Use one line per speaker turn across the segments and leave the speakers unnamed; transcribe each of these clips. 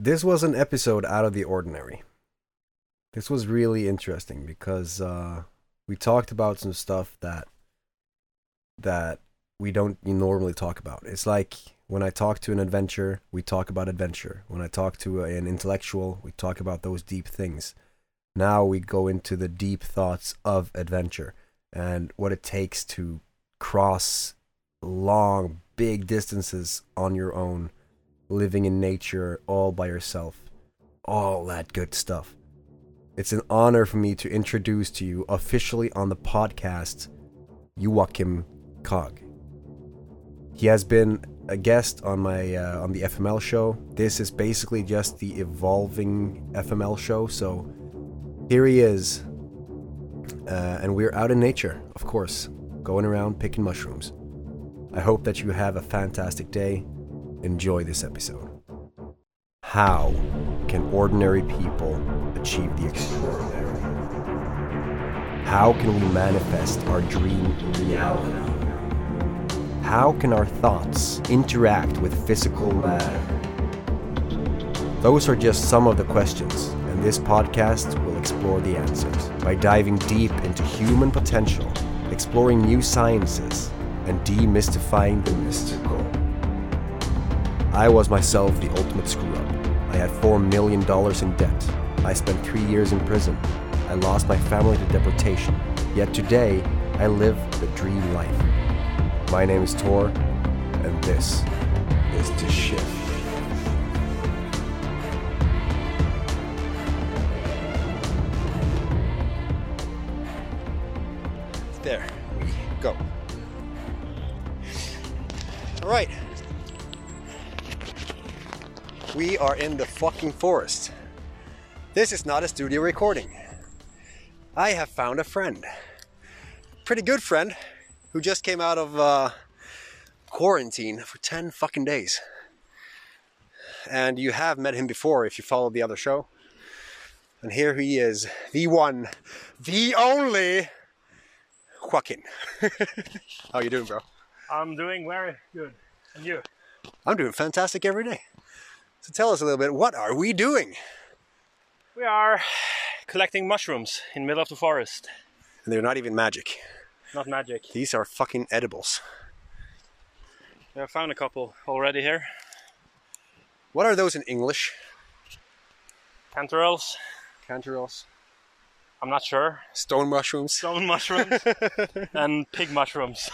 this was an episode out of the ordinary. This was really interesting because uh, we talked about some stuff that that we don't normally talk about. It's like when I talk to an adventurer, we talk about adventure. When I talk to an intellectual, we talk about those deep things. Now we go into the deep thoughts of adventure and what it takes to cross long, big distances on your own, living in nature all by yourself. All that good stuff. It's an honor for me to introduce to you officially on the podcast Joachim Cog. He has been a guest on my uh, on the FML show. This is basically just the evolving FML show. So here he is, uh, and we're out in nature, of course, going around picking mushrooms. I hope that you have a fantastic day. Enjoy this episode. How can ordinary people achieve the extraordinary? How can we manifest our dream reality? How can our thoughts interact with physical matter? Those are just some of the questions, and this podcast will explore the answers by diving deep into human potential, exploring new sciences, and demystifying the mystical. I was myself the ultimate screw up. I had $4 million in debt. I spent three years in prison. I lost my family to deportation. Yet today, I live the dream life. My name is Tor, and this is To Shift.
There we go. All right. We are in the fucking forest. This is not a studio recording. I have found a friend. Pretty good friend who just came out of uh, quarantine for 10 fucking days. And you have met him before if you followed the other show. And here he is, the one, the only Joaquin. How you doing, bro?
I'm doing very good. And you?
I'm doing fantastic every day. So tell us a little bit, what are we doing?
We are collecting mushrooms in the middle of the forest.
And they're not even magic.
Not magic.
These are fucking edibles.
I found a couple already here.
What are those in English?
Canterels.
Canterels.
I'm not sure.
Stone mushrooms.
Stone mushrooms and pig mushrooms.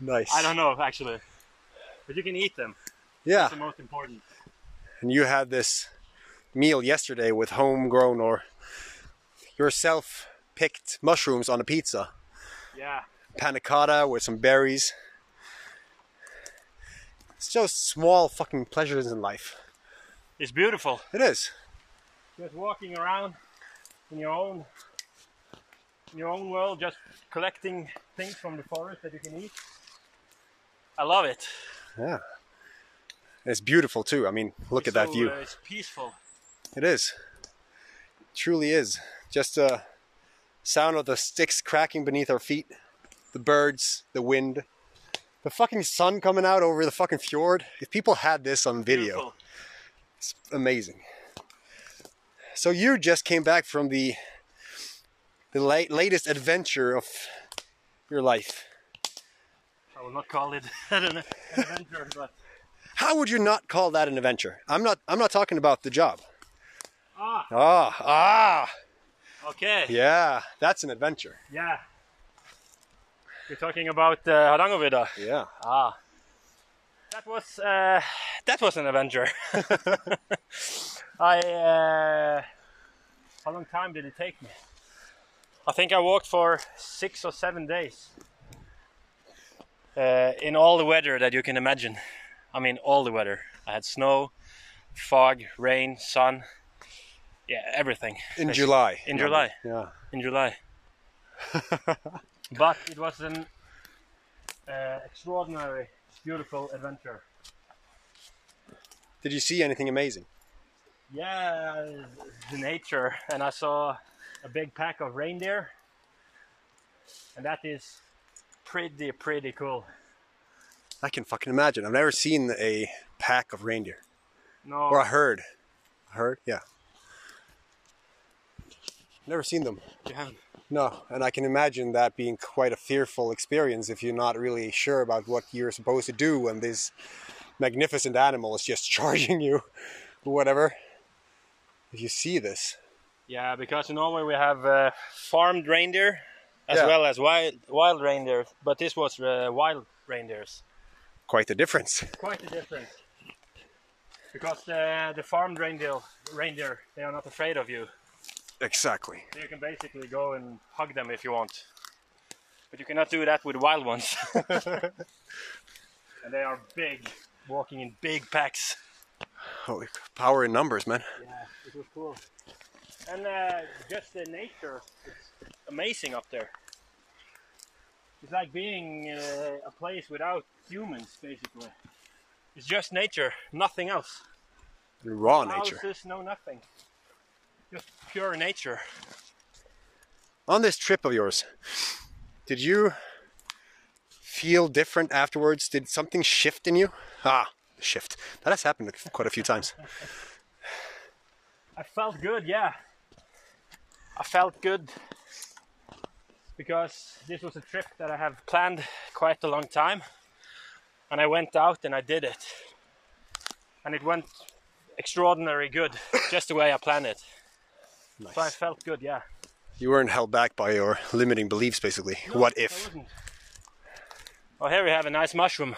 Nice.
I don't know actually, but you can eat them.
Yeah.
That's the most important.
And you had this meal yesterday with homegrown or yourself picked mushrooms on a pizza.
Yeah.
Panna cotta with some berries. It's just small fucking pleasures in life.
It's beautiful.
It is.
Just walking around in your own in your own world, just collecting things from the forest that you can eat. I love it.
Yeah. It's beautiful too. I mean, look
It's
at that
so,
view.
uh, it's peaceful.
It is. truly is. Just a sound of the sticks cracking beneath our feet, the birds, the wind, the fucking sun coming out over the fucking fjord. If people had this on video,
Beautiful.
it's amazing. So you just came back from the the late, latest adventure of your life.
I will not call it an adventure, but
How would you not call that an adventure? I'm not I'm not talking about the job.
ah,
Ah, ah.
okay, yeah.
Yeah, that's an adventure.
You're talking about uh, Hardangervidda.
Yeah.
Ah, that was uh, that was an adventure. I uh, how long time did it take me? I think I walked for six or seven days. Uh, in all the weather that you can imagine. I mean, all the weather. I had snow, fog, rain, sun. Yeah, everything.
In July.
In July.
Yeah.
in July. but it was an uh, extraordinary, beautiful adventure.
Did you see anything amazing?
Yeah, the nature, and I saw a big pack of reindeer, and that is pretty, pretty cool.
I can fucking imagine. I've never seen a pack of reindeer.
No.
Or a herd. A herd? Yeah. Never seen them.
You haven't.
No, and I can imagine that being quite a fearful experience if you're not really sure about what you're supposed to do when this magnificent animal is just charging you or whatever. If you see this.
Yeah, because in Norway we have uh, farmed reindeer as
Yeah.
well as wild wild reindeer, but this was uh, wild reindeers.
Quite the difference.
Quite a difference. Because uh, the the farmed reindeer reindeer they are not afraid of you.
Exactly.
So you can basically go and hug them if you want. But you cannot do that with wild ones. and they are big, walking in big packs.
Holy c- power in numbers, man.
Yeah, it was cool. And uh, just the nature, it's amazing up there. It's like being uh, a place without humans, basically. It's just nature, nothing else.
Raw
No
nature.
Houses, no nothing. Just pure nature.
On this trip of yours, did you feel different afterwards? Did something shift in you? Ah, shift. That has happened quite a few times.
I felt good, yeah. I felt good because this was a trip that I have planned quite a long time. And I went out and I did it. And it went extraordinary good, just the way I planned it. So I
Nice.
felt good, yeah.
You weren't held back by your limiting beliefs, basically. what if?
Oh, here we have a nice mushroom.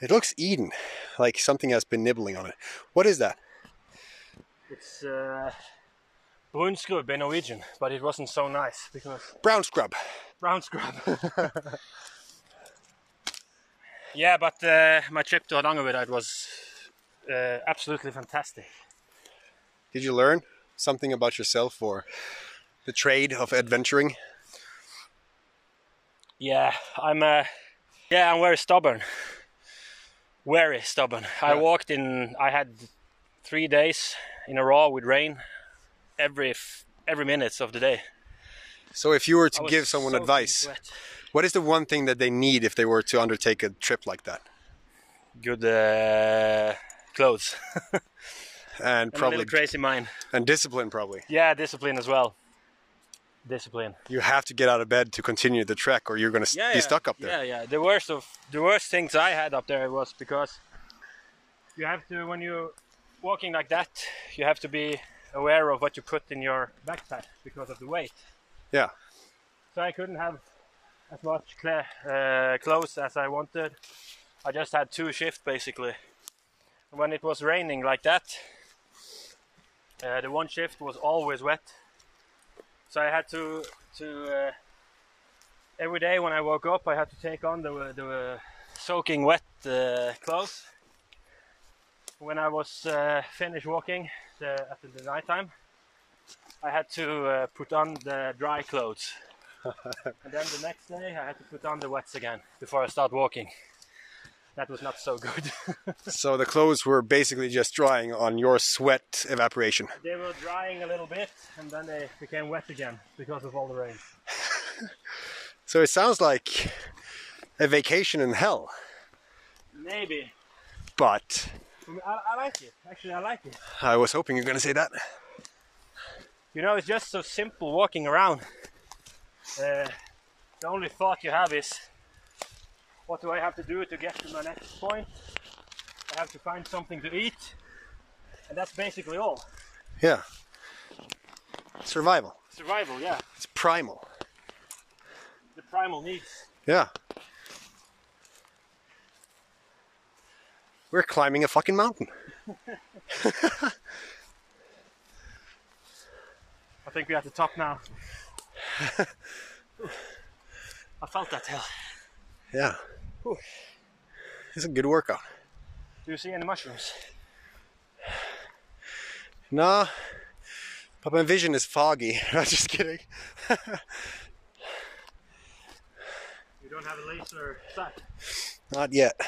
It looks eaten, like something has been nibbling on it. What is that?
It's uh, brunskrub in Norwegian, but it wasn't so nice because
Brown scrub.
brown scrub. yeah, but uh, my trip to Hardangervidda it was uh, absolutely fantastic.
Did you learn something about yourself or the trade of adventuring?
Yeah, I'm. Uh, yeah, I'm very stubborn. Very stubborn. I
Yeah.
walked in. I had three days in a row with rain every f- every minutes of the day.
So, if you were
I
to
was
give someone
soaking
advice,
wet.
what is the one thing that they need if they were to undertake a trip like that?
Good uh, clothes.
And
And a little
probably
crazy mind.
and discipline, probably.
Yeah, discipline as well. Discipline.
You have to get out of bed to continue the trek, or you're going to be stuck up there.
Yeah, yeah. The worst of the worst things I had up there was because you have to when you're walking like that, you have to be aware of what you put in your backpack because of the weight.
Yeah.
So I couldn't have as much clear, uh, clothes as I wanted. I just had two shifts basically. When it was raining like that, uh, the one shift was always wet. So I had to to uh, every day when I woke up, I had to take on the the uh, soaking wet uh, clothes. When I was uh, finished walking the, at the nighttime, I had to uh, put on the dry clothes. and then the next day, I had to put on the wets again before I start walking. That was not so good.
So the clothes were basically just drying on your sweat evaporation.
they were drying a little bit, and then they became wet again because of all the rain.
So it sounds like a vacation in hell,
Maybe.
but
I, I like it. Actually, I like it.
I was hoping you're going to say that.
You know, it's just so simple walking around. Uh, the only thought you have is, what do I have to do to get to my next point? I have to find something to eat, and that's basically all.
Yeah. Survival.
Survival, yeah,
It's primal.
the primal needs.
Yeah. We're climbing a fucking mountain.
I think we're at the top now. I felt that hell.
Yeah. It's a good workout.
Do you see any mushrooms?
Nah. But my vision is foggy. I'm just kidding.
You don't have a laser sight.
Not yet.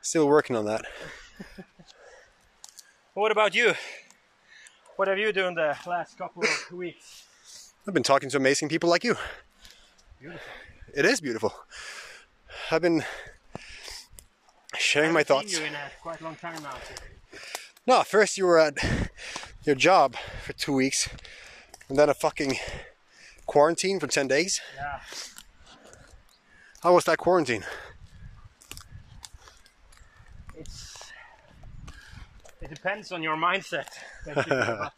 Still working on that.
What about you? What have you done the last couple of weeks?
I've been talking to amazing people like you.
Beautiful.
It is beautiful. I've been sharing my
Haven't seen
thoughts.
you in a quite long time now. so-
No, first you were at your job for two weeks, and then a fucking quarantine for 10 days.
Yeah.
How was that quarantine?
it's it depends on your mindset. basically.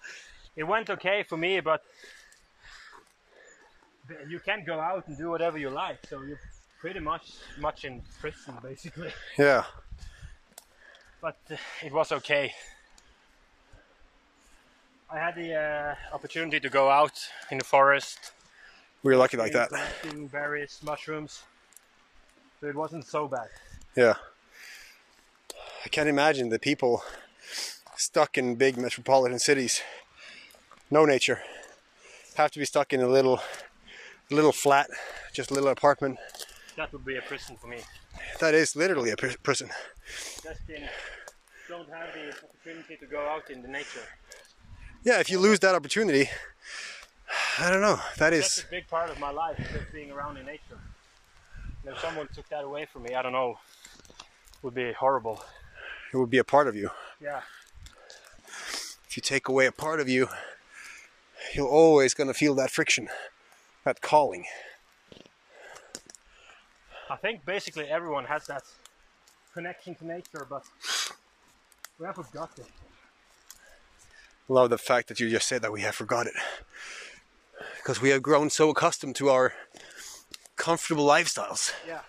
it went okay for me, but you can go out and do whatever you like, so you're pretty much much in prison basically.
Yeah.
But uh, it was okay. I had the uh, opportunity to go out in the forest,
We were lucky like that.
collecting berries, mushrooms. So it wasn't so bad.
Yeah. I can't imagine the people stuck in big metropolitan cities. No nature. Have to be stuck in a little little flat, just a little apartment.
That would be a prison for me.
That is literally a pr- prison.
just in, don't have the opportunity to go out in the nature.
Yeah, if you lose that opportunity, I don't know. That
That's
is
a big part of my life, just being around in nature. And if someone took that away from me, I don't know, would be horrible.
it would be a part of you.
Yeah,
if you take away a part of you, you're always going to feel that friction, that calling.
I think basically everyone has that connection to nature, but we have forgot it.
Love the fact that you just said that we have forgot it. Because we have grown so accustomed to our comfortable lifestyles.
Yeah,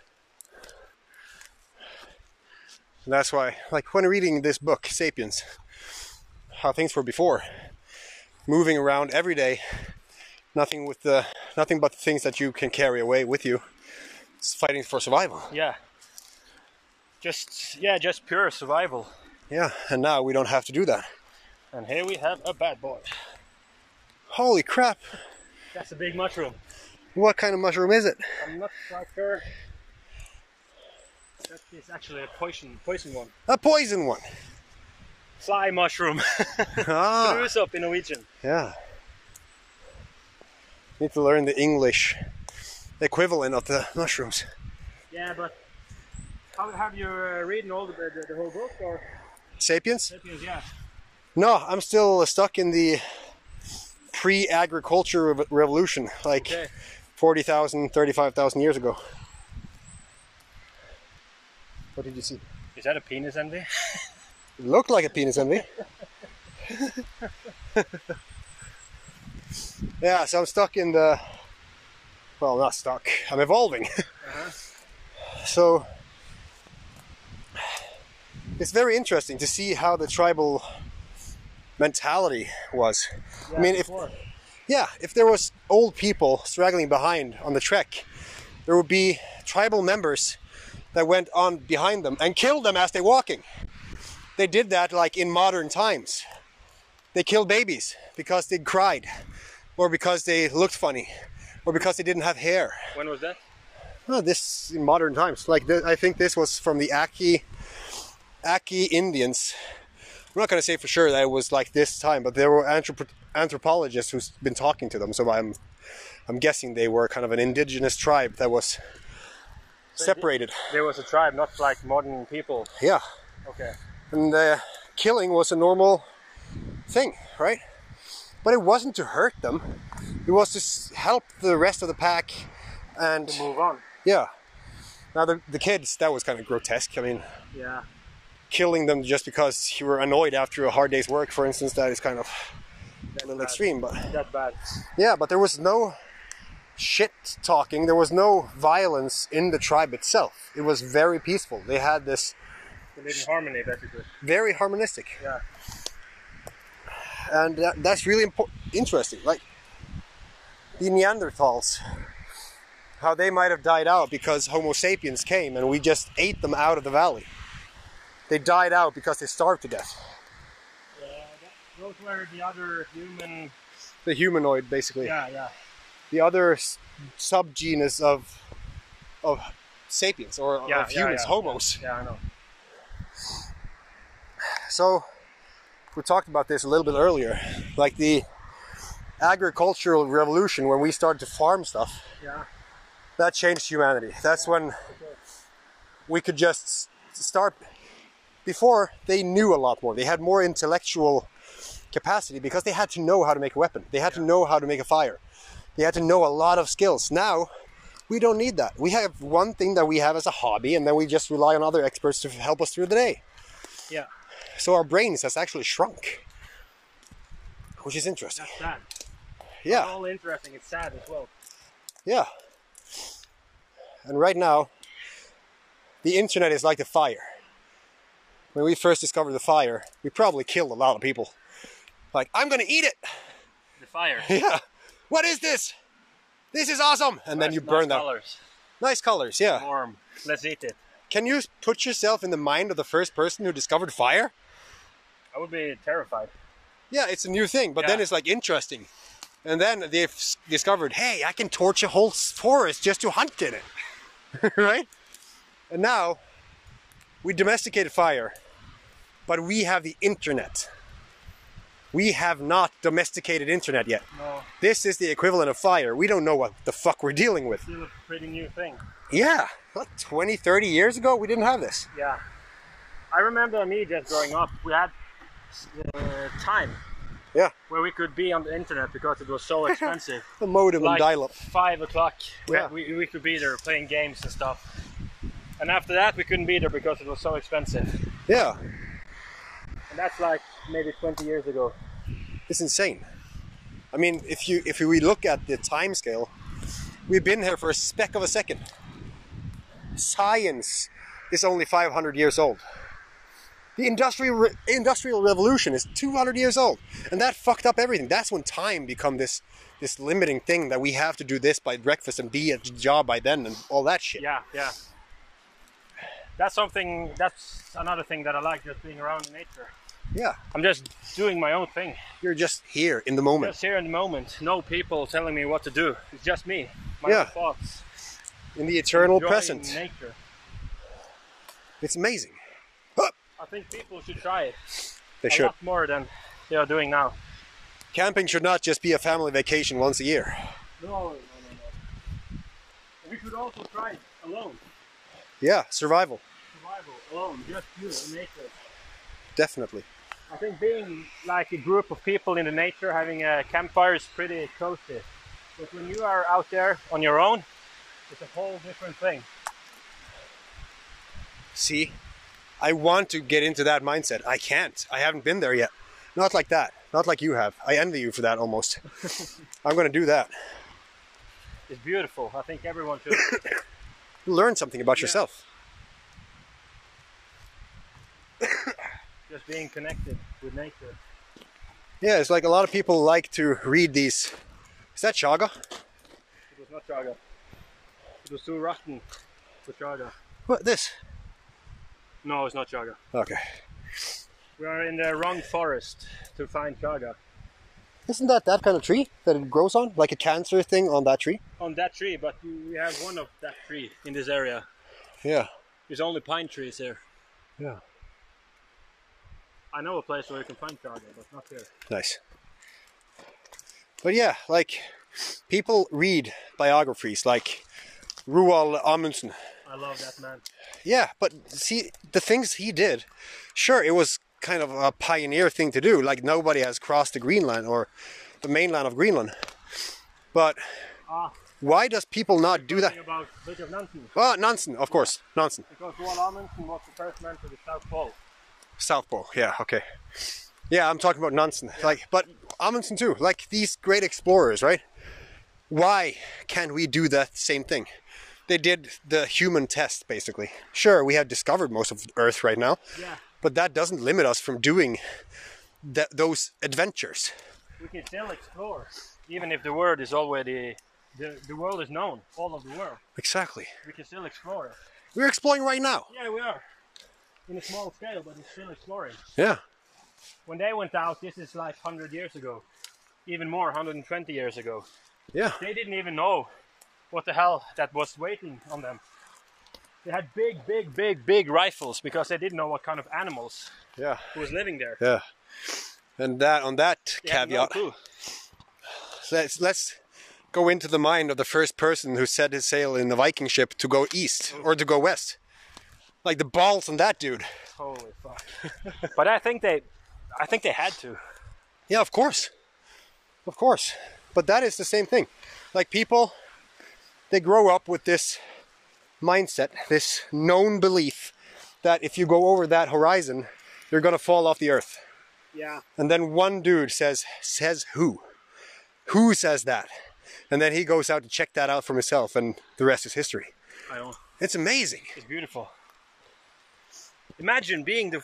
And that's why, like when reading this book, Sapiens, how things were before, moving around every day, nothing with the nothing but the things that you can carry away with you, It's fighting for survival.
yeah. Just yeah, just pure survival.
Yeah, and now we don't have to do that.
And here we have a bad boy.
Holy crap!
That's a big mushroom.
What kind of mushroom is it?
I'm not quite sure. That is actually a poison poison one.
A poison one.
Fly mushroom.
Ah,
Cruise up in Norwegian.
yeah. Need to learn the English equivalent of the mushrooms.
Yeah, but how have you uh, read all the, the, the whole book or?
Sapiens?
Yeah.
No, I'm still stuck in the pre-agriculture rev- revolution, like
Okay.
40,000, 35,000 years ago. What did you see?
Is that a penis envy?
It looked like a penis envy. yeah, so I'm stuck in the. Well, not stuck. I'm evolving. So. It's very interesting to see how the tribal mentality was. I mean, if
before.
yeah, if there was old people straggling behind on the trek, there would be tribal members that went on behind them and killed them as they're walking. They did that like in modern times. They killed babies because they cried, or because they looked funny, or because they didn't have hair.
When was that?
Oh, this in modern times. Like th- I think this was from the Aki Aki Indians. I'm not gonna say for sure that it was like this time, but there were anthrop- anthropologists who's been talking to them. So I'm I'm guessing they were kind of an indigenous tribe that was separated.
There was a tribe, not like modern people.
Yeah,
Okay.
and uh, killing was a normal thing, right? But it wasn't to hurt them. It was to s- help the rest of the pack and
Move on.
Yeah. Now the, the kids, that was kind of grotesque. I mean,
Yeah.
killing them just because you were annoyed after a hard day's work, for instance, that is kind of a little extreme. But
That bad.
yeah, but there was no shit talking. There was no violence in the tribe itself. It was very peaceful. They had this
We live in harmony, basically.
very harmonistic,
Yeah.
and that, that's really impo- interesting. Like the Neanderthals, how they might have died out because Homo sapiens came and we just ate them out of the valley. They died out because they starved to death.
Those were the other human.
The humanoid, basically.
Yeah, yeah.
the other s- subgenus of of sapiens or
Yeah,
of
yeah,
humans,
yeah.
homos.
Yeah, I know.
So we talked about this a little bit earlier, like the agricultural revolution when we started to farm stuff.
Yeah.
That changed humanity. That's when we could just s- to start before they knew a lot more. They had more intellectual capacity because they had to know how to make a weapon. They had to know how to make a fire. They had to know a lot of skills. Now we don't need that. We have one thing that we have as a hobby, and then we just rely on other experts to help us through the day.
Yeah,
So our brains has actually shrunk, which is interesting.
that's sad. It's
Yeah,
all interesting. It's sad as well.
yeah. And right now, the internet is like the fire. When we first discovered the fire, we probably killed a lot of people. Like, I'm gonna eat it.
The fire.
Yeah. What is this? This is awesome. And then you burn that.
Colors.
Nice colors. Yeah.
Warm. Let's eat it.
Can you put yourself in the mind of the first person who discovered fire?
I would be terrified.
Yeah, it's a new thing, but then
Yeah.
it's like interesting. And then they've s- discovered, hey, I can torch a whole s- forest just to hunt in it, right? And now we domesticated fire, but we have the internet. We have not domesticated internet yet.
No,
This is the equivalent of fire. We don't know what the fuck we're dealing with.
still a pretty new thing.
Yeah, like 20, 30 years ago, we didn't have this.
Yeah. I remember me just growing up, we had uh, time
Yeah,
where we could be on the internet because it was so expensive.
the modem and dial up.
five o'clock, we-
Yeah.
we, we could be there playing games and stuff. And after that, we couldn't be there because it was so expensive.
Yeah,
And that's like maybe 20 years ago.
it's insane. I mean, if you if we look at the time scale, we've been here for a speck of a second. Science is only 500 years old. The industrial re- industrial revolution is 200 years old, and that fucked up everything. That's when time become this this limiting thing that we have to do this by breakfast and be at job by then and all that shit.
Yeah, yeah. That's something. That's another thing that I like, just being around nature.
yeah.
I'm just doing my own thing,
You're just here in the moment.
just here in the moment. No people telling me what to do. It's just me, my
Yeah.
own thoughts,
in the eternal
enjoying
present.
nature.
It's amazing.
I think people should try it
They
a
should.
lot more than they are doing now.
Camping should not just be a family vacation once a year.
No, no, no, no. We should also try it alone,
Yeah, survival,
survival alone, just you and nature.
definitely.
I think being like a group of people in the nature, having a campfire is pretty cozy. But when you are out there on your own, it's a whole different thing.
See, I want to get into that mindset. I can't. I haven't been there yet. Not like that. Not like you have. I envy you for that almost. I'm going to do that.
It's beautiful. I think everyone should.
Learn something about
Yeah.
yourself.
just being connected with nature.
Yeah, it's like a lot of people like to read these. Is that Chaga?
It was not Chaga. It was too rotten for Chaga.
What, this?
No, it's not Chaga.
Okay.
We are in the wrong forest to find Chaga.
Isn't that that kind of tree that it grows on? Like a cancer thing on that tree?
On that tree, but you- we have one of that tree in this area.
Yeah.
There's only pine trees here.
Yeah.
I know a place where you can find Chaga, but not here.
Nice. But yeah, like people read biographies like Roald Amundsen.
I love that man.
Yeah, but see the things he did. Sure, it was kind of a pioneer thing to do. Like nobody has crossed the Greenland or the mainland of Greenland. But
Ah,
why does people not do that?
thing about Fridtjof Nansen,
Oh, Nansen, of course, Nansen,
because Roald Amundsen was the first man to the South Pole.
South Pole. Yeah, okay. Yeah, I'm talking about Nansen. Like, but Amundsen too. Like these great explorers, right? why can't we do that same thing? They did the human test basically. Sure, we have discovered most of Earth right now,
Yeah.
but that doesn't limit us from doing th- those adventures.
We can still explore, even if the world is already the, the world is known, all of the world.
Exactly.
We can still explore.
We're exploring right now.
Yeah, we are in a small scale, but it's still exploring.
Yeah.
When they went out, this is like 100 years ago, even more, 120 years ago.
Yeah.
They didn't even know what the hell that was waiting on them. They had big, big, big, big rifles because they didn't know what kind of animals
Yeah.
was living there.
Yeah. And that on that
They had no
caveat,
clue.
let's let's go into the mind of the first person who set his sail in the Viking ship to go east or to go west. Like the balls on that dude.
Holy fuck! but I think they, I think they had to.
Yeah, of course. Of course. But that is the same thing. Like people, they grow up with this mindset, this known belief that if you go over that horizon, you're going to fall off the earth.
Yeah.
And then one dude says, says who? Who says that? And then he goes out to check that out for himself, and the rest is history.
I know.
It's amazing.
It's beautiful. Imagine being the,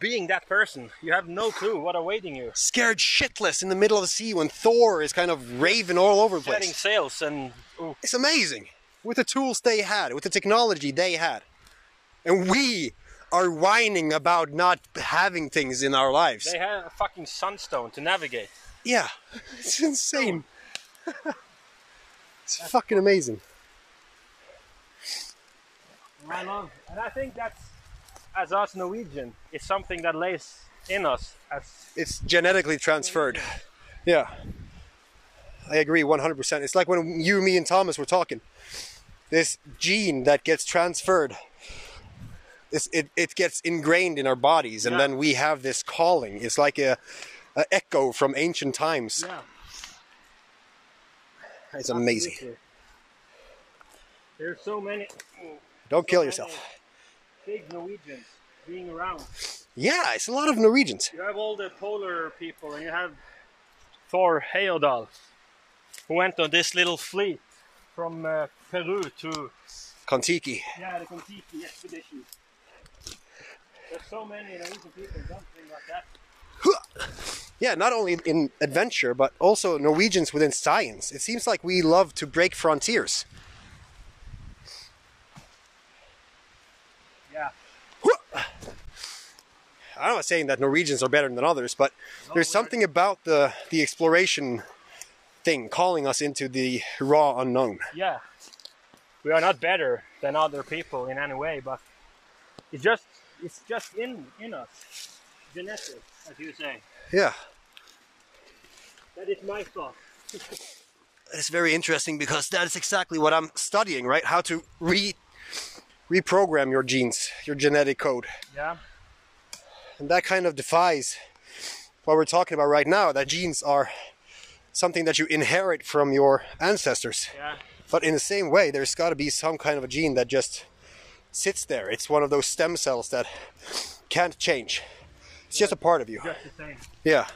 being that person. You have no clue what awaiting you.
Scared shitless in the middle of the sea when Thor is kind of raving all over the
Setting
place.
sails and oh,
It's amazing. With the tools they had, with the technology they had. And we are whining about not having things in our lives.
they had a fucking sunstone to navigate.
Yeah, it's insane. it's fucking amazing.
I love, and I think that's as us Norwegian, it's something that lays in us as
It's genetically transferred. Yeah, I agree 100%. It's like when you, me, and Thomas were talking. This gene that gets transferred, it's, it, it gets ingrained in our bodies, and
Yeah.
then we have this calling. It's like a, a echo from ancient times.
yeah.
It's amazing.
Absolutely. There's so many
Don't kill yourself.
big Norwegians being around.
Yeah, it's a lot of Norwegians.
You have all the polar people, and you have Thor Heyerdahl, who went on this little fleet from uh, Peru to
Kontiki.
yeah the Contiki expedition. There's so many Norwegian people something like that.
Yeah, not only in adventure, but also Norwegians within science. It seems like we love to break frontiers.
Yeah,
I'm not saying that Norwegians are better than others, but there's something about the, the exploration thing calling us into the raw unknown.
yeah. We are not better than other people in any way, but it's just it's just in in us, genetic, as you say.
Yeah,
That is my thought.
it's very interesting because that is exactly what I'm studying, right? How to re reprogram your genes, your genetic code.
Yeah.
And that kind of defies what we're talking about right now that genes are something that you inherit from your ancestors.
Yeah.
But in the same way, there's got to be some kind of a gene that just sits there. It's one of those stem cells that can't change. It's just a part of you.
Just the same.
Yeah,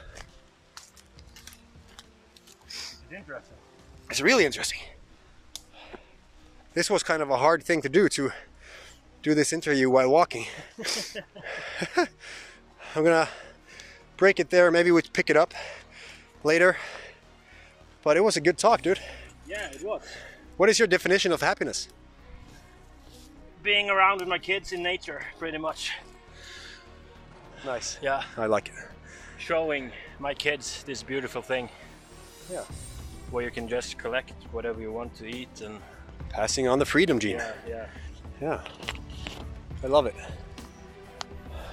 It's interesting.
it's really interesting. This was kind of a hard thing to do to do this interview while walking. I'm gonna break it there. Maybe we pick it up later. But it was a good talk, dude.
Yeah, it was.
What is your definition of happiness?
Being around with my kids in nature, pretty much.
Nice.
Yeah.
I like it.
Showing my kids this beautiful thing
Yeah.
where you can just collect whatever you want to eat and
Passing on the freedom gene.
yeah, yeah.
Yeah. I love it.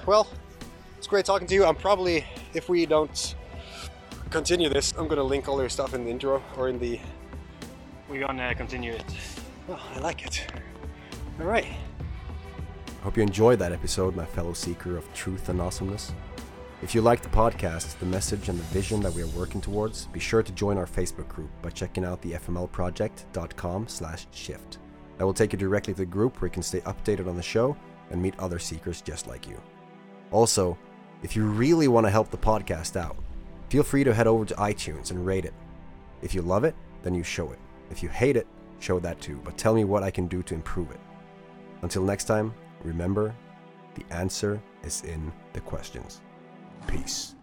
Well, it's great talking to you. I'm probably, if we don't continue this, I'm going to link all your stuff in the intro or in the.
We're gonna continue it.
Oh, I like it. All right.
Hope you enjoyed that episode, my fellow seeker of truth and awesomeness. If you like the podcast, the message, and the vision that we are working towards, be sure to join our Facebook group by checking out the fmlproject.com slash shift. That will take you directly to the group where you can stay updated on the show and meet other seekers just like you. Also, if you really want to help the podcast out, feel free to head over to iTunes and rate it. If you love it, then you show it. If you hate it, show that too, but tell me what I can do to improve it. Until next time, remember the answer is in the questions. Peace.